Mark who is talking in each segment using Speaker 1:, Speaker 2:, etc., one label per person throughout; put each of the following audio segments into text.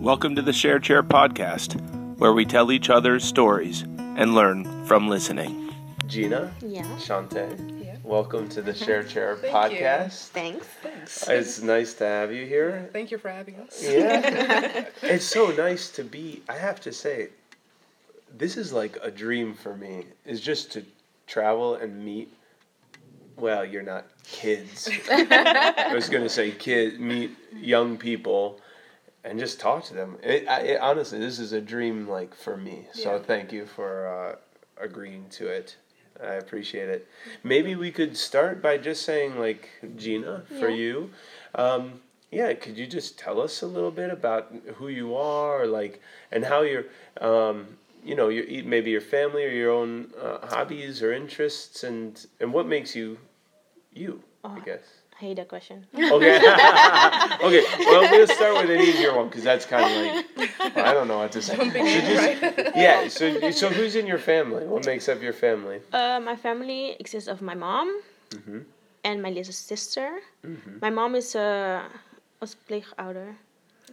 Speaker 1: Welcome to the Share Chair podcast, where we tell each other's stories and learn from listening.
Speaker 2: Gina,
Speaker 3: Yeah.
Speaker 2: Shantae,
Speaker 4: Yeah.
Speaker 2: welcome to the Share Chair
Speaker 4: Thank you.
Speaker 2: podcast.
Speaker 3: Thanks.
Speaker 2: It's nice to have you here.
Speaker 4: Thank you for having us.
Speaker 2: Yeah. it's so nice to be, I have to say, this is like a dream for me, is just to travel and meet. Well, you're not kids. I was going to say kid, meet young people and just talk to them. It, I, it, honestly, this is a dream like for me. So
Speaker 4: Yeah.
Speaker 2: thank you for uh, agreeing to it. I appreciate it. Maybe we could start by just saying like Gina for
Speaker 3: Yeah.
Speaker 2: you. Um, yeah, could you just tell us a little bit about who you are, like, and how your, um, you know, your e- maybe your family or your own uh, hobbies or interests, and and what makes you, you, I guess.
Speaker 3: I hate that question.
Speaker 2: Okay. okay. Well, we'll start with an easier one because that's kind of like I don't know what to say. So just, yeah. So so who's in your family? What makes up your family?
Speaker 3: Uh, my family consists of my mom
Speaker 2: Mm-hmm.
Speaker 3: and my little sister. My mom is a als pleegouder,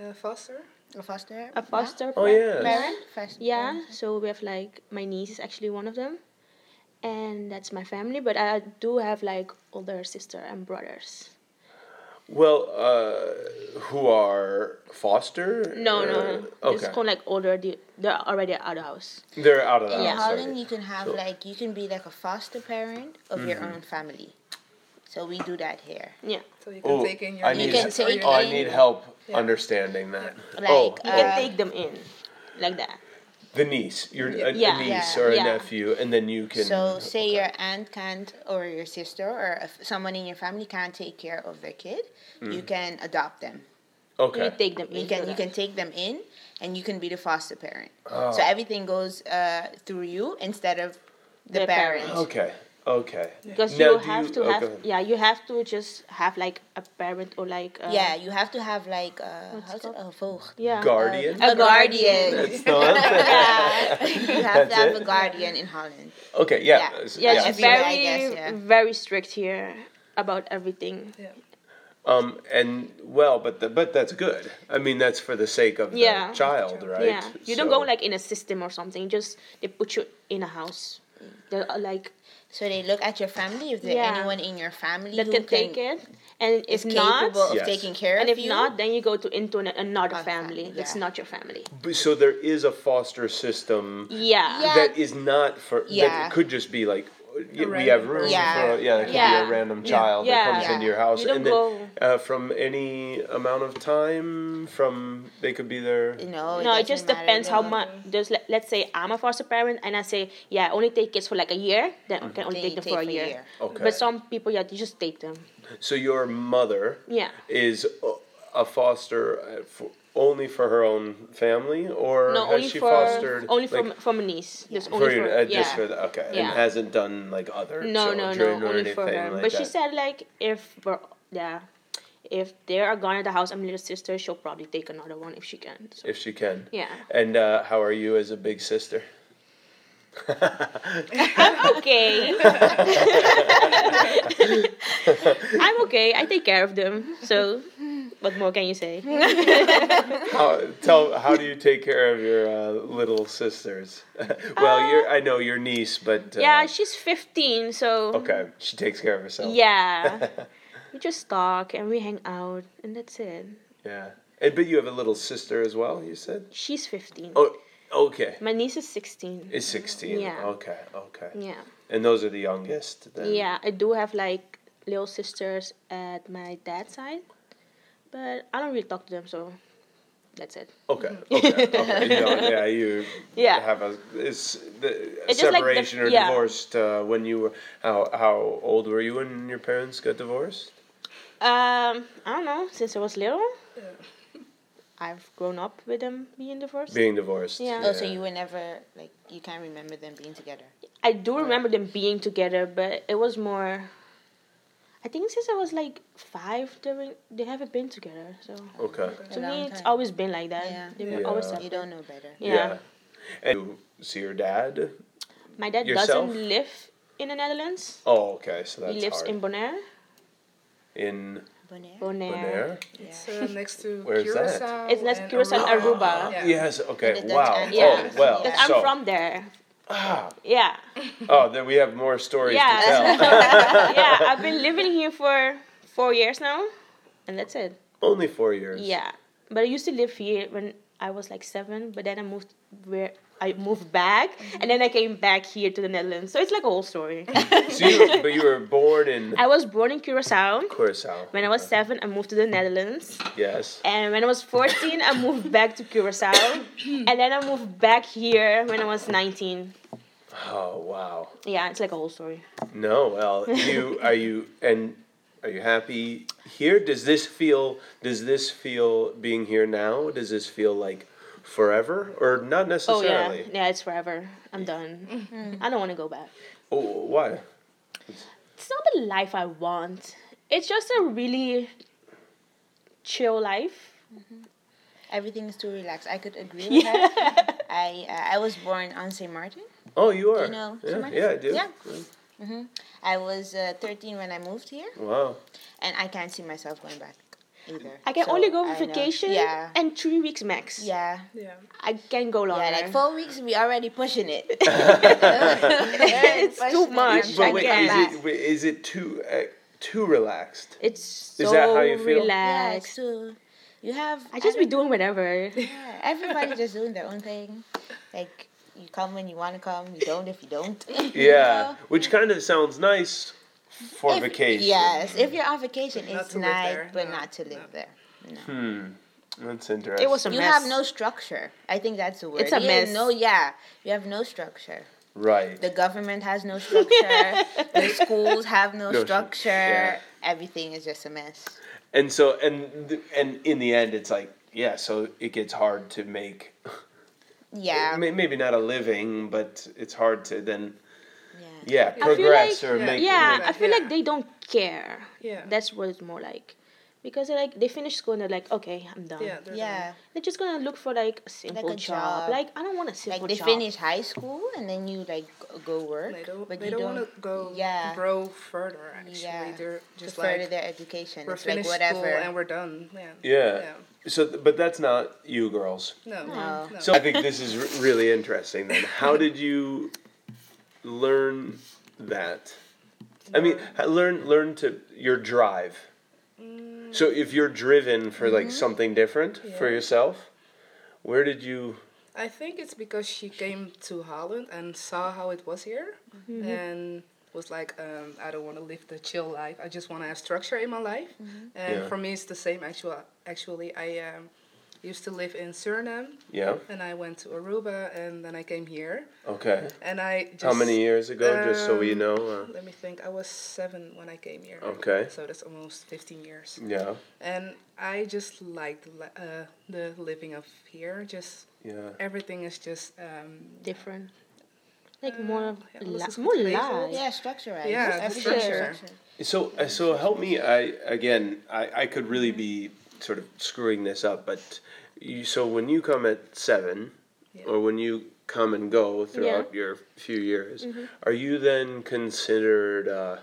Speaker 4: Uh, foster.
Speaker 5: Foster.
Speaker 3: a foster
Speaker 2: Oh yeah.
Speaker 5: Parent. First.
Speaker 3: Yeah, so we have like my niece is actually one of them, and that's my family. But I do have like older sister and brothers.
Speaker 2: Well, uh, who are foster?
Speaker 3: No,
Speaker 2: or-
Speaker 3: no, no. it's
Speaker 2: Uh, Okay.
Speaker 3: kind of like older. the- They're already out of house.
Speaker 2: They're out of the
Speaker 5: In
Speaker 2: house.
Speaker 5: Holland,
Speaker 2: already.
Speaker 5: you can have
Speaker 2: Um, So- Mm-hmm.
Speaker 5: like you can be like a foster parent of your own family. So we do that here.
Speaker 3: Yeah,
Speaker 4: So you can
Speaker 2: Oh,
Speaker 4: take in your
Speaker 2: I
Speaker 5: You
Speaker 2: need.
Speaker 5: can
Speaker 4: niece or
Speaker 5: take
Speaker 4: your
Speaker 2: oh, I
Speaker 5: in-
Speaker 2: need help understanding that.
Speaker 5: Like
Speaker 2: oh,
Speaker 3: you
Speaker 5: uh,
Speaker 3: can take them in, like that.
Speaker 2: the niece. You're a, a
Speaker 3: Yeah.
Speaker 2: niece
Speaker 5: Yeah.
Speaker 2: or a
Speaker 3: Yeah.
Speaker 2: nephew, and then you can.
Speaker 5: so say your aunt can't or your sister or if someone in your family can't take care of their kid, you
Speaker 2: Mm-hmm.
Speaker 5: can adopt them.
Speaker 2: Okay.
Speaker 3: You take them in.
Speaker 5: You can
Speaker 3: like
Speaker 5: you
Speaker 3: that.
Speaker 5: can take them in and you can be the foster parent. So
Speaker 2: Oh.
Speaker 5: everything goes uh, through you instead of the,
Speaker 3: The
Speaker 5: parent.
Speaker 3: parent.
Speaker 2: Okay. Okay.
Speaker 3: Because
Speaker 2: Now,
Speaker 3: you
Speaker 2: do
Speaker 3: have
Speaker 2: you-
Speaker 3: to
Speaker 2: oh,
Speaker 3: have
Speaker 2: go ahead.
Speaker 3: yeah, you have to just have like a parent or like uh,
Speaker 5: Yeah, you have to have like uh,
Speaker 3: What's it
Speaker 5: how's it? A voogd.
Speaker 3: yeah
Speaker 2: Guardian.
Speaker 3: A
Speaker 5: A
Speaker 3: guardian.
Speaker 5: guardian.
Speaker 2: It's not.
Speaker 5: You have
Speaker 2: That's
Speaker 5: to have
Speaker 2: it?
Speaker 5: a guardian in Holland.
Speaker 2: Okay, yeah.
Speaker 5: Yeah.
Speaker 2: s-
Speaker 3: Yeah,
Speaker 5: Yeah.
Speaker 3: it's
Speaker 5: Everywhere, I
Speaker 3: very
Speaker 5: guess, yeah.
Speaker 3: very strict here about everything.
Speaker 4: Yeah.
Speaker 2: Um, and well, but the, but that's good. I mean, that's for the sake of the
Speaker 3: Yeah.
Speaker 2: child, right?
Speaker 3: Yeah, you don't go
Speaker 2: So-
Speaker 3: like in a system or something. Just they put you in a house. They're uh, like
Speaker 5: So they look at your family if there's
Speaker 3: Yeah.
Speaker 5: anyone in your family
Speaker 3: that
Speaker 5: who
Speaker 3: can take it, and if
Speaker 5: is
Speaker 3: not,
Speaker 5: capable of
Speaker 2: Yes.
Speaker 5: taking care
Speaker 3: and
Speaker 5: of
Speaker 3: if
Speaker 5: you.
Speaker 3: not, then you go to into an, another
Speaker 5: Another
Speaker 3: family
Speaker 5: family,
Speaker 3: that's
Speaker 5: yeah.
Speaker 3: not your family.
Speaker 2: But- So there is a foster system
Speaker 3: Yeah.
Speaker 5: Yeah.
Speaker 2: that is not for. That
Speaker 5: Yeah.
Speaker 2: it could just be like y- we
Speaker 4: random
Speaker 2: have room
Speaker 5: Yeah.
Speaker 2: for yeah. It could
Speaker 3: Yeah.
Speaker 2: be a random child that
Speaker 3: Yeah.
Speaker 2: comes
Speaker 5: Yeah.
Speaker 2: into your house,
Speaker 3: You
Speaker 2: and
Speaker 3: don't
Speaker 2: then uh, from any amount of time, from they could be there.
Speaker 5: you know,
Speaker 3: No, Oh, it
Speaker 5: doesn't
Speaker 3: just
Speaker 5: matter.
Speaker 3: depends how
Speaker 5: They-
Speaker 3: much. There's let, let's say I'm a foster parent and I say yeah, I only take kids for like a year. Then I can only
Speaker 5: they
Speaker 3: take them for a year.
Speaker 2: Mm-hmm. Okay.
Speaker 3: But some people yeah, you just take them.
Speaker 2: so your mother
Speaker 3: Yeah.
Speaker 2: is o- a foster uh, for, only for her own family, or
Speaker 3: No,
Speaker 2: has
Speaker 3: only
Speaker 2: she
Speaker 3: for
Speaker 2: fostered
Speaker 3: only
Speaker 2: like,
Speaker 3: from from a niece. Just
Speaker 2: For
Speaker 3: only
Speaker 2: you,
Speaker 3: for
Speaker 2: uh,
Speaker 3: yeah.
Speaker 2: just for the, okay,
Speaker 3: Yeah.
Speaker 2: and hasn't done like other
Speaker 3: no, no, no,
Speaker 2: children or
Speaker 3: only
Speaker 2: anything
Speaker 3: for her.
Speaker 2: like
Speaker 3: but she
Speaker 2: that.
Speaker 3: said like if we're yeah, if they are gone at the house, I'm little sister. She'll probably take another one if she can. So,
Speaker 2: if she can.
Speaker 3: yeah.
Speaker 2: And uh, how are you as a big sister?
Speaker 3: Okay. I'm okay. I take care of them. So, what more can you say?
Speaker 2: How tell how do you take care of your uh, little sisters? well, you're I know your niece, but uh,
Speaker 3: Uh, Yeah, she's 15, so
Speaker 2: okay, she takes care of herself.
Speaker 3: yeah. we just talk and we hang out, and that's it.
Speaker 2: yeah. And but you have a little sister as well. You said.
Speaker 3: She's 15.
Speaker 2: Oh, okay.
Speaker 3: My niece is 16.
Speaker 2: Is sixteen.
Speaker 3: Yeah.
Speaker 2: Okay. Okay.
Speaker 3: Yeah.
Speaker 2: And those are the youngest. Then.
Speaker 3: Yeah, I do have like little sisters at my dad's side, but I don't really talk to them, so that's it.
Speaker 2: Okay. Okay. okay. you know, yeah. You.
Speaker 3: Yeah.
Speaker 2: Have a is the
Speaker 3: It's just like the-
Speaker 2: separation or
Speaker 3: yeah.
Speaker 2: divorced uh, when you were how how old were you when your parents got divorced?
Speaker 3: Um, I don't know. Since I was little, I've grown up with them being divorced.
Speaker 2: Being divorced.
Speaker 3: Yeah.
Speaker 5: Oh, so you were never like you can't remember them being together.
Speaker 3: I do remember them being together, but it was more. I think since I was like five, they were- they haven't been together. So
Speaker 2: Okay.
Speaker 5: A
Speaker 3: to me,
Speaker 5: long
Speaker 3: it's
Speaker 5: time.
Speaker 3: always been like that.
Speaker 5: Yeah.
Speaker 3: They were always
Speaker 2: Yeah.
Speaker 3: separate.
Speaker 5: You don't know better.
Speaker 3: Yeah.
Speaker 2: And you see your dad.
Speaker 3: My dad
Speaker 2: Yourself?
Speaker 3: doesn't live in the Netherlands.
Speaker 2: Oh, okay. So that's
Speaker 3: he lives
Speaker 2: hard.
Speaker 3: in Bonaire.
Speaker 2: in
Speaker 5: Bonaire.
Speaker 3: Bonaire.
Speaker 2: Bonaire?
Speaker 5: Yeah.
Speaker 4: It's uh, next to
Speaker 2: Where is that?
Speaker 4: Curacao.
Speaker 3: It's next
Speaker 5: Oh,
Speaker 4: and
Speaker 3: Curacao and Aruba.
Speaker 4: Yeah.
Speaker 2: Yes. Okay.
Speaker 5: In the Dutch
Speaker 2: Wow.
Speaker 5: and-
Speaker 3: Yeah.
Speaker 2: Oh well.
Speaker 3: Because
Speaker 5: Yeah.
Speaker 3: I'm
Speaker 2: so,
Speaker 3: from there.
Speaker 2: Ah,
Speaker 3: Yeah.
Speaker 2: oh, then we have more stories to
Speaker 3: Yeah.
Speaker 2: tell.
Speaker 3: yeah. I've been living here for four years now, and that's it.
Speaker 2: Only four years.
Speaker 3: Yeah, but I used to live here when I was like seven. But then I moved where I moved back, and then I came back here to the Netherlands. So it's like a whole story.
Speaker 2: So you, but you were born in
Speaker 3: I was born in Curacao.
Speaker 2: Curacao.
Speaker 3: When I was seven, I moved to the Netherlands,
Speaker 2: Yes.
Speaker 3: and when I was fourteen, I moved back to Curacao, and then I moved back here when I was nineteen.
Speaker 2: Oh wow.
Speaker 3: Yeah, it's like a whole story.
Speaker 2: No, well, you are you and are you happy here? Does this feel does this feel being here now? Does this feel like forever or not
Speaker 3: Oh yeah,
Speaker 2: necessarily?
Speaker 3: yeah, it's forever. I'm done. I don't want to go back.
Speaker 2: Oh, why?
Speaker 3: it's not the life I want. It's just a really chill life.
Speaker 5: Everything is too relaxed. I could agree with
Speaker 3: Yeah.
Speaker 5: that. I uh, I was born on St. Martin.
Speaker 2: Oh, you are.
Speaker 5: You know, St.
Speaker 2: yeah,
Speaker 5: Martin.
Speaker 2: yeah, I do.
Speaker 5: Yeah. hmm I was uh, 13 when I moved here,
Speaker 2: Wow.
Speaker 5: and I can't see myself going back either.
Speaker 3: I can
Speaker 5: So,
Speaker 3: only go
Speaker 5: I
Speaker 3: on
Speaker 5: know.
Speaker 3: vacation
Speaker 5: Yeah.
Speaker 3: and three weeks max.
Speaker 5: Yeah.
Speaker 4: Yeah.
Speaker 3: I can go longer.
Speaker 5: Yeah, like four weeks, we already pushing it.
Speaker 3: It's too much.
Speaker 5: But
Speaker 2: But
Speaker 3: I
Speaker 2: wait,
Speaker 3: get
Speaker 2: is
Speaker 3: that.
Speaker 2: it wait, is it too uh, too relaxed?
Speaker 3: It's so
Speaker 2: Is that how you feel?
Speaker 5: Yeah,
Speaker 3: relaxed.
Speaker 5: so you have.
Speaker 3: I just be
Speaker 5: every-
Speaker 3: doing whatever.
Speaker 5: yeah, everybody just doing their own thing. Like you come when you want to come, you don't if you don't. you
Speaker 2: Yeah,
Speaker 5: know?
Speaker 2: which kind of sounds nice for
Speaker 5: If-
Speaker 2: vacation.
Speaker 5: Yes, if you're on vacation,
Speaker 4: Not
Speaker 5: it's
Speaker 4: to live
Speaker 5: nice,
Speaker 4: there,
Speaker 5: but
Speaker 4: no,
Speaker 5: not to live there.
Speaker 2: Hmm. That's interesting.
Speaker 3: It was a
Speaker 5: You
Speaker 3: mess.
Speaker 5: have no structure. I think that's the word.
Speaker 3: It's a
Speaker 5: You
Speaker 3: mess.
Speaker 5: No, yeah, you have no structure.
Speaker 2: right.
Speaker 5: The government has no structure. the schools have no,
Speaker 2: No stru-
Speaker 5: structure.
Speaker 2: yeah.
Speaker 5: Everything is just a mess.
Speaker 2: and so and th- and in the end it's like yeah so it gets hard to make
Speaker 5: Yeah,
Speaker 2: may- maybe not a living but it's hard to then
Speaker 5: yeah.
Speaker 2: yeah progress
Speaker 3: like-
Speaker 2: or
Speaker 4: Yeah.
Speaker 2: make
Speaker 3: yeah,
Speaker 4: Yeah.
Speaker 3: I feel
Speaker 4: Yeah.
Speaker 3: like they don't care.
Speaker 4: Yeah.
Speaker 3: That's what it's more like. Because they're like they finish school and they're like, okay, I'm done.
Speaker 4: Yeah. they're
Speaker 5: Yeah,
Speaker 3: They're just gonna look for like a simple
Speaker 5: a
Speaker 3: job.
Speaker 5: job.
Speaker 3: Like I don't want a simple
Speaker 5: like they
Speaker 3: job.
Speaker 5: finish high school and then you like g- go work,
Speaker 4: done. They don't.
Speaker 5: but
Speaker 4: they
Speaker 5: you
Speaker 4: don't, want to go.
Speaker 5: Yeah.
Speaker 4: Grow further. Actually,
Speaker 5: Yeah.
Speaker 4: they're
Speaker 5: to
Speaker 4: just
Speaker 5: further
Speaker 4: like
Speaker 5: their education.
Speaker 4: we're
Speaker 5: It's like
Speaker 4: finished school and
Speaker 5: whatever.
Speaker 4: we're done. Yeah.
Speaker 2: yeah.
Speaker 4: Yeah.
Speaker 2: so th- but that's not you girls
Speaker 4: No.
Speaker 5: No.
Speaker 4: no.
Speaker 2: so i think this is r- really interesting then how did you learn that i mean h- learn learn to your drive so if you're driven for like something different for
Speaker 4: Mm. Mm-hmm. Yeah.
Speaker 2: yourself where did you
Speaker 4: I think it's because she came to Holland and saw how it was here and was like, um, I don't want to live the chill life. I just want to have structure in my life. And
Speaker 2: Yeah.
Speaker 4: for me, it's the same. Actual, actually, I um, used to live in Suriname
Speaker 2: yeah
Speaker 4: and I went to Aruba and then I came here.
Speaker 2: okay
Speaker 4: And I just.
Speaker 2: How many years ago, just so we
Speaker 4: um,
Speaker 2: know? uh, Or?
Speaker 4: Let me think. I was seven when I came here.
Speaker 2: Okay.
Speaker 4: So that's almost 15 years.
Speaker 2: Yeah,
Speaker 4: And I just liked li- uh, the living of here. Just
Speaker 2: yeah.
Speaker 4: everything is just. Um,
Speaker 3: different. Like
Speaker 5: Mm,
Speaker 3: more
Speaker 4: yeah,
Speaker 3: li-
Speaker 4: this is
Speaker 3: more
Speaker 4: completely-
Speaker 3: life.
Speaker 5: Yeah, structurized.
Speaker 4: Yeah, the
Speaker 5: everything is
Speaker 4: structure.
Speaker 5: structured.
Speaker 2: So, uh, so help me. I again, I, I could really be sort of screwing this up, but you. So when you come at seven,
Speaker 4: Yeah.
Speaker 2: or when you come and go throughout your few years,
Speaker 4: Mm-hmm.
Speaker 2: are you then considered uh,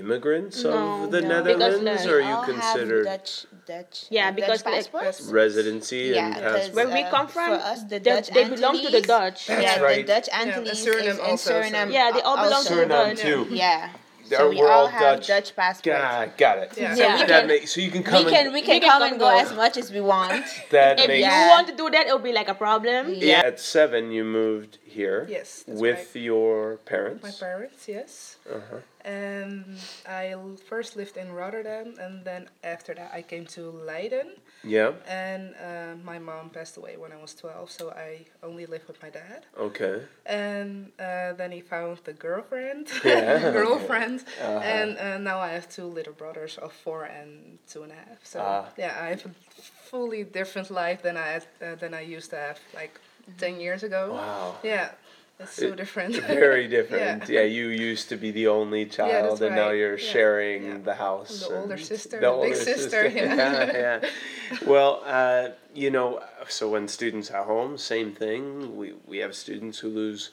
Speaker 2: immigrants
Speaker 3: No,
Speaker 2: of the
Speaker 5: no. Because
Speaker 2: Netherlands,
Speaker 3: we
Speaker 2: or are
Speaker 5: We
Speaker 2: you
Speaker 5: all have
Speaker 2: considered
Speaker 5: Dutch, Dutch,
Speaker 3: Yeah,
Speaker 5: uh,
Speaker 3: because,
Speaker 5: Dutch
Speaker 3: like,
Speaker 5: passports?
Speaker 2: residency and
Speaker 5: 'cause,
Speaker 2: passport?
Speaker 3: Where we
Speaker 5: uh,
Speaker 3: come from,
Speaker 5: for us, the
Speaker 3: they-
Speaker 5: Dutch
Speaker 3: they belong to the
Speaker 5: Antilles-
Speaker 3: Dutch.
Speaker 5: Yeah,
Speaker 2: That's
Speaker 5: the
Speaker 2: right.
Speaker 5: Dutch Antilles
Speaker 4: Suriname
Speaker 5: is in
Speaker 4: also, so-
Speaker 5: Suriname.
Speaker 3: Yeah, they
Speaker 5: al-
Speaker 3: all belong to the
Speaker 5: also.
Speaker 2: Suriname
Speaker 3: Dutch.
Speaker 2: too.
Speaker 5: Yeah,
Speaker 2: They're-
Speaker 5: so we
Speaker 2: we're
Speaker 5: all
Speaker 2: all
Speaker 5: have
Speaker 2: Dutch.
Speaker 5: Dutch, passports.
Speaker 2: God, got it.
Speaker 4: Yeah.
Speaker 5: So
Speaker 3: Yeah.
Speaker 5: we
Speaker 2: That
Speaker 5: can,
Speaker 2: makes so you can come.
Speaker 5: we can
Speaker 2: and,
Speaker 5: we can
Speaker 3: can
Speaker 5: come
Speaker 3: come
Speaker 5: and go
Speaker 3: go.
Speaker 5: as much as we want.
Speaker 2: that
Speaker 3: If
Speaker 2: makes
Speaker 5: Yeah.
Speaker 3: you want to do that, it'll be like a problem.
Speaker 5: Yeah.
Speaker 2: At seven, you moved here.
Speaker 4: Yes, that's
Speaker 2: With your parents.
Speaker 4: My parents, yes.
Speaker 2: Uh-huh.
Speaker 4: Um, I l- first lived in Rotterdam, and then after that, I came to Leiden.
Speaker 2: Yeah.
Speaker 4: And uh, my mom passed away when I was 12, so I only lived with my dad.
Speaker 2: Okay.
Speaker 4: And uh, then he found the girlfriend,
Speaker 2: Yeah. Uh-huh.
Speaker 4: girlfriend, and uh, now I have two little brothers of four and two and a half. So
Speaker 2: Ah.
Speaker 4: yeah, I have a fully different life than I had, uh, than I used to have like ten years ago.
Speaker 2: Wow.
Speaker 4: Yeah, it's so
Speaker 2: It-
Speaker 4: different.
Speaker 2: Very different. Yeah. you used to be the only child,
Speaker 4: that's
Speaker 2: and now
Speaker 4: right.
Speaker 2: you're
Speaker 4: Yeah.
Speaker 2: sharing
Speaker 4: Yeah.
Speaker 2: the house.
Speaker 4: The older
Speaker 2: and
Speaker 4: sister, the big sister, yeah.
Speaker 2: yeah. yeah. Well, uh, you know, so when students are home, same thing. We we have students who lose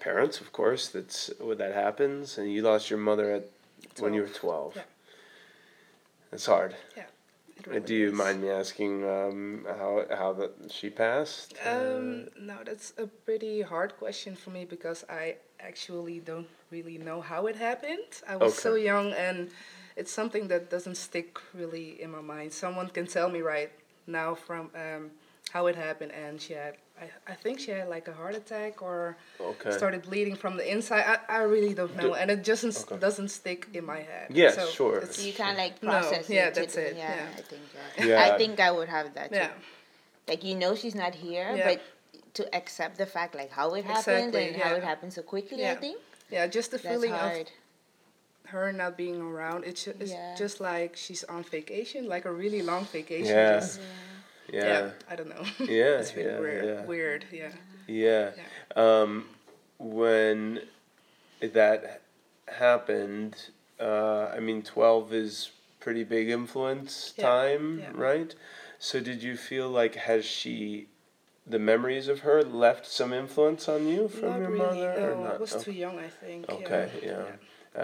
Speaker 2: parents, of course. That's when that happens. And you lost your mother at when you were twelve.
Speaker 4: Yeah.
Speaker 2: It's hard.
Speaker 4: Yeah. it
Speaker 2: Uh,
Speaker 4: really
Speaker 2: Do you
Speaker 4: is.
Speaker 2: mind me asking um, how how that she passed?
Speaker 4: Um,
Speaker 2: Uh,
Speaker 4: no, that's a pretty hard question for me because I actually don't really know how it happened. I was so
Speaker 2: Okay.
Speaker 4: young and it's something that doesn't stick really in my mind. Someone can tell me right now from um, how it happened and she had, I, I think she had like a heart attack or
Speaker 2: Uh, Okay.
Speaker 4: started bleeding from the inside. I, I really don't know and it doesn't, s
Speaker 2: Okay.
Speaker 4: doesn't stick in my head.
Speaker 2: Yeah,
Speaker 4: So
Speaker 2: sure.
Speaker 4: it's-
Speaker 5: So you can't like
Speaker 4: No,
Speaker 5: process
Speaker 4: yeah,
Speaker 5: it. to
Speaker 4: that's
Speaker 5: the-
Speaker 4: it,
Speaker 5: Yeah,
Speaker 4: yeah.
Speaker 5: I think. Yeah.
Speaker 2: Yeah.
Speaker 5: I think I would have that. Too.
Speaker 4: yeah.
Speaker 5: Like you know she's not here,
Speaker 4: Yeah.
Speaker 5: but to accept the fact like how it happened
Speaker 4: Exactly,
Speaker 5: and how
Speaker 4: yeah.
Speaker 5: it happened so quickly. I
Speaker 4: Yeah.
Speaker 5: think
Speaker 4: Yeah, just the
Speaker 5: that's
Speaker 4: feeling of
Speaker 5: hard.
Speaker 4: her not being around it's, ju- it's
Speaker 5: Yeah.
Speaker 4: just like she's on vacation like a really long vacation
Speaker 2: Yeah.
Speaker 4: just, yeah.
Speaker 2: Yeah.
Speaker 4: i don't know
Speaker 2: Yeah,
Speaker 4: it's really
Speaker 2: yeah,
Speaker 4: weird
Speaker 2: yeah.
Speaker 4: weird yeah
Speaker 2: Yeah. Um, when that happened, uh, I mean, 12 is pretty big influence
Speaker 4: Yeah,
Speaker 2: time,
Speaker 4: yeah.
Speaker 2: right? So did you feel like, has she, the memories of her left some influence on you from
Speaker 4: not
Speaker 2: your
Speaker 4: really
Speaker 2: mother
Speaker 4: no,
Speaker 2: or
Speaker 4: i
Speaker 2: not?
Speaker 4: was
Speaker 2: Okay.
Speaker 4: too young i think yeah.
Speaker 2: Okay, yeah.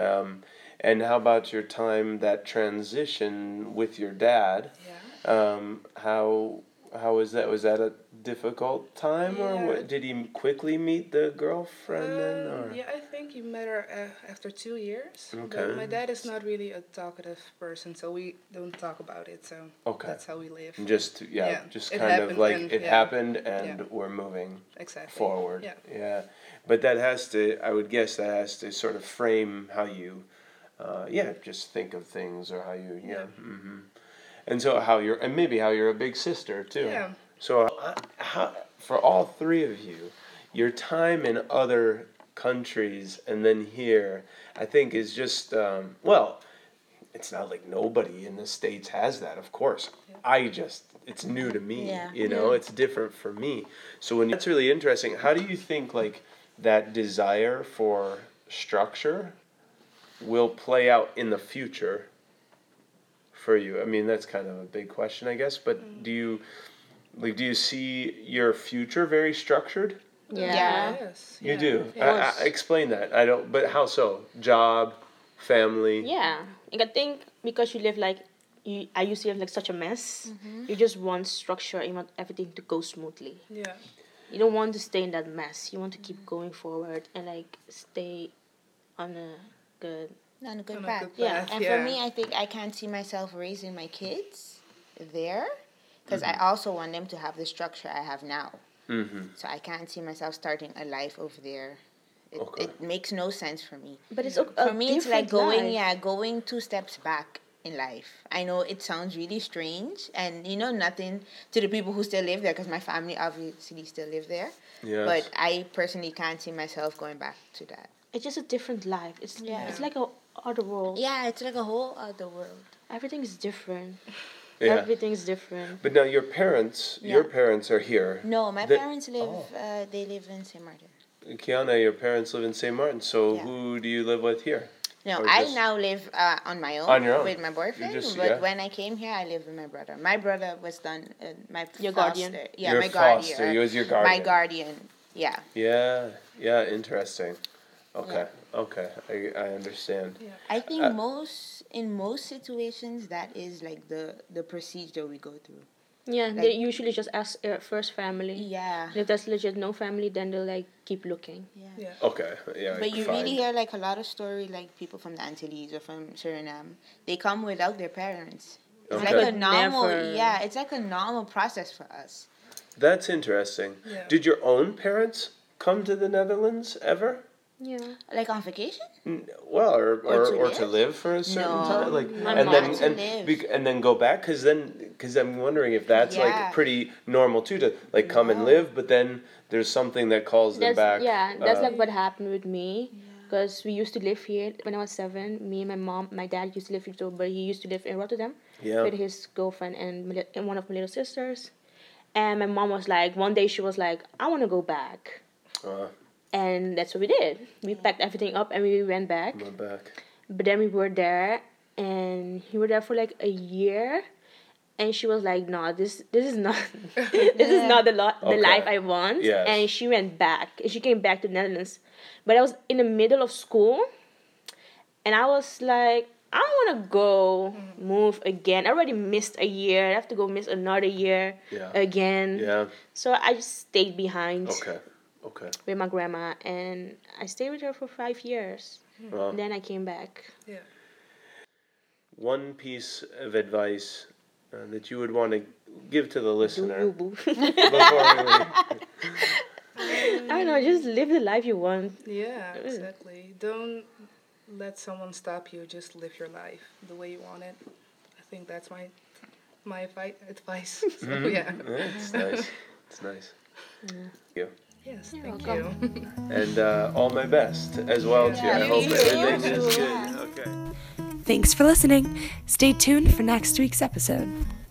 Speaker 2: Um, and how about your time, that transition with your dad?
Speaker 4: yeah,
Speaker 2: Um, how how was that? Was that a difficult time, or
Speaker 4: Yeah.
Speaker 2: what? Did he quickly meet the girlfriend then?
Speaker 4: Um,
Speaker 2: Or?
Speaker 4: yeah i think you met her uh, after two years but
Speaker 2: Okay.
Speaker 4: my dad is not really a talkative person so we don't talk about it so
Speaker 2: Okay.
Speaker 4: that's how we live
Speaker 2: Just yeah,
Speaker 4: Yeah,
Speaker 2: just
Speaker 4: it
Speaker 2: kind of
Speaker 4: happened
Speaker 2: like
Speaker 4: and-
Speaker 2: it
Speaker 4: yeah.
Speaker 2: happened, and
Speaker 4: Yeah.
Speaker 2: we're moving
Speaker 4: exactly
Speaker 2: forward.
Speaker 4: yeah
Speaker 2: yeah, but that has to. I would guess that has to sort of frame how you, uh, yeah, just think of things or how you yeah.
Speaker 4: Yeah.
Speaker 2: hmm And so how you're and maybe how you're a big sister too.
Speaker 4: Yeah.
Speaker 2: So uh, how, for all three of you, your time in other countries and then here, I think is just um, well, it's not like nobody in the states has that. Of course, I just it's new to me.
Speaker 5: Yeah.
Speaker 2: You know, it's different for me. So when that's really interesting. How do you think like that desire for structure will play out in the future for you? I mean, that's kind of a big question, I guess. But
Speaker 5: Mm.
Speaker 2: do you like do you see your future very structured?
Speaker 5: Yeah.
Speaker 4: yes
Speaker 2: You
Speaker 4: yeah.
Speaker 2: do.
Speaker 4: yeah.
Speaker 2: I, I, explain that. I don't. But how so? Job, family.
Speaker 3: Yeah, like I think because you live like you, I used to live like such a mess.
Speaker 5: Mm-hmm.
Speaker 3: You just want structure. You want everything to go smoothly.
Speaker 4: yeah
Speaker 3: You don't want to stay in that mess. You want to keep
Speaker 5: Mm-hmm.
Speaker 3: going forward and like stay on a good.
Speaker 5: On a good
Speaker 4: On a
Speaker 5: path.
Speaker 4: good
Speaker 5: yeah.
Speaker 4: path,
Speaker 5: And
Speaker 4: yeah.
Speaker 5: for me, I think I can't see myself raising my kids there because
Speaker 4: Mm-hmm.
Speaker 5: I also want them to have the structure I have now. Mm-hmm. So I can't see myself starting a life over there. It,
Speaker 2: Okay.
Speaker 5: it makes no sense for me.
Speaker 3: But it's a,
Speaker 5: For me, it's like going, yeah, going two steps back in life. I know it sounds really strange, and you know nothing to the people who still live there, because my family obviously still live there.
Speaker 2: Yes.
Speaker 5: But I personally can't see myself going back to that.
Speaker 3: It's just a different life. It's
Speaker 5: Yeah.
Speaker 3: it's like a other world.
Speaker 5: Yeah, it's like a whole other world.
Speaker 3: Everything is different.
Speaker 2: Yeah.
Speaker 3: Everything's different.
Speaker 2: But now your parents, your
Speaker 5: Yeah.
Speaker 2: parents are here.
Speaker 5: No, my
Speaker 2: The- Oh.
Speaker 5: parents live. Uh, they live in Saint Martin.
Speaker 2: Kiana, your parents live in St. Martin. So
Speaker 5: Yeah.
Speaker 2: who do you live with here?
Speaker 5: No,
Speaker 2: Or
Speaker 5: I
Speaker 2: Oh, just-
Speaker 5: now live uh, on my own,
Speaker 2: On your own.
Speaker 5: with my boyfriend.
Speaker 2: just-
Speaker 5: but
Speaker 2: yeah.
Speaker 5: when I came here, I lived with my brother. My brother was done. Uh, my
Speaker 3: Your
Speaker 5: foster,
Speaker 3: guardian.
Speaker 5: Yeah,
Speaker 2: Your
Speaker 5: my
Speaker 2: foster,
Speaker 5: guardian. uh,
Speaker 2: he was your guardian.
Speaker 5: My guardian. Yeah.
Speaker 2: Yeah. Yeah. Interesting. Okay. Okay. I I understand.
Speaker 5: I think
Speaker 2: Uh,
Speaker 5: most in most situations that is like the the procedure we go through.
Speaker 3: Yeah, they usually just ask uh, first family.
Speaker 5: Yeah.
Speaker 3: If that's legit, no family, then they'll like keep looking.
Speaker 5: Yeah.
Speaker 4: yeah
Speaker 2: Okay. Yeah.
Speaker 5: But you
Speaker 2: fine.
Speaker 5: really hear like a lot of story like people from the Antilles or from Suriname, they come without their parents. It's
Speaker 2: Okay.
Speaker 5: like a
Speaker 3: But
Speaker 5: normal
Speaker 3: never-
Speaker 5: yeah, it's like a normal process for us.
Speaker 2: That's interesting.
Speaker 4: Yeah.
Speaker 2: Did your own parents come to the Netherlands ever?
Speaker 3: Yeah.
Speaker 5: Like on vacation?
Speaker 2: N- Well, or or, or,
Speaker 5: to
Speaker 2: to, live?
Speaker 5: live?
Speaker 2: for a certain
Speaker 5: No.
Speaker 2: time, like
Speaker 3: My
Speaker 2: and
Speaker 3: mom
Speaker 2: then
Speaker 5: had to
Speaker 2: and
Speaker 5: live.
Speaker 2: bec- and then go back, cause then cause I'm wondering if that's
Speaker 5: Yeah.
Speaker 2: like pretty normal too to like come and
Speaker 5: No.
Speaker 2: live, but then there's something that calls them back.
Speaker 3: That's, yeah, that's
Speaker 2: uh,
Speaker 3: like what happened with me. Because we used to live here when I was seven. Me and my mom, my dad used to live here too, but he used to live in Rotterdam
Speaker 2: Yeah.
Speaker 3: with his girlfriend and, my li- and one of my little sisters. And my mom was like, one day she was like, I want to go back.
Speaker 2: uh,
Speaker 3: And that's what we did. We packed everything up and we went back.
Speaker 2: went back.
Speaker 3: But then we were there, and we were there for like a year, and she was like, "No, this this is not this is not the lot the
Speaker 2: Okay.
Speaker 3: life I want."
Speaker 2: Yes.
Speaker 3: And she went back, and she came back to the Netherlands, but I was in the middle of school, and I was like, I'm gonna go move again. I already missed a year. I have to go miss another year
Speaker 2: Yeah.
Speaker 3: again.
Speaker 2: Yeah.
Speaker 3: So I just stayed behind
Speaker 2: Okay. Okay.
Speaker 3: with my grandma, and I stayed with her for five years.
Speaker 2: Wow.
Speaker 3: Then I came back.
Speaker 4: Yeah.
Speaker 2: One piece of advice uh, that you would want to give to the listener
Speaker 3: Boo-boo.
Speaker 2: before we leave.
Speaker 3: I don't know. Just live the life you want.
Speaker 4: Yeah, exactly. Don't let someone stop you. Just live your life the way you want it. I think that's my my advi- advice. So, yeah.
Speaker 2: It's nice. It's nice. Thank
Speaker 4: Yes, thank you.
Speaker 2: you. And uh, all my best as well to you. I hope everything is good. Okay.
Speaker 6: Thanks for listening. Stay tuned for next week's episode.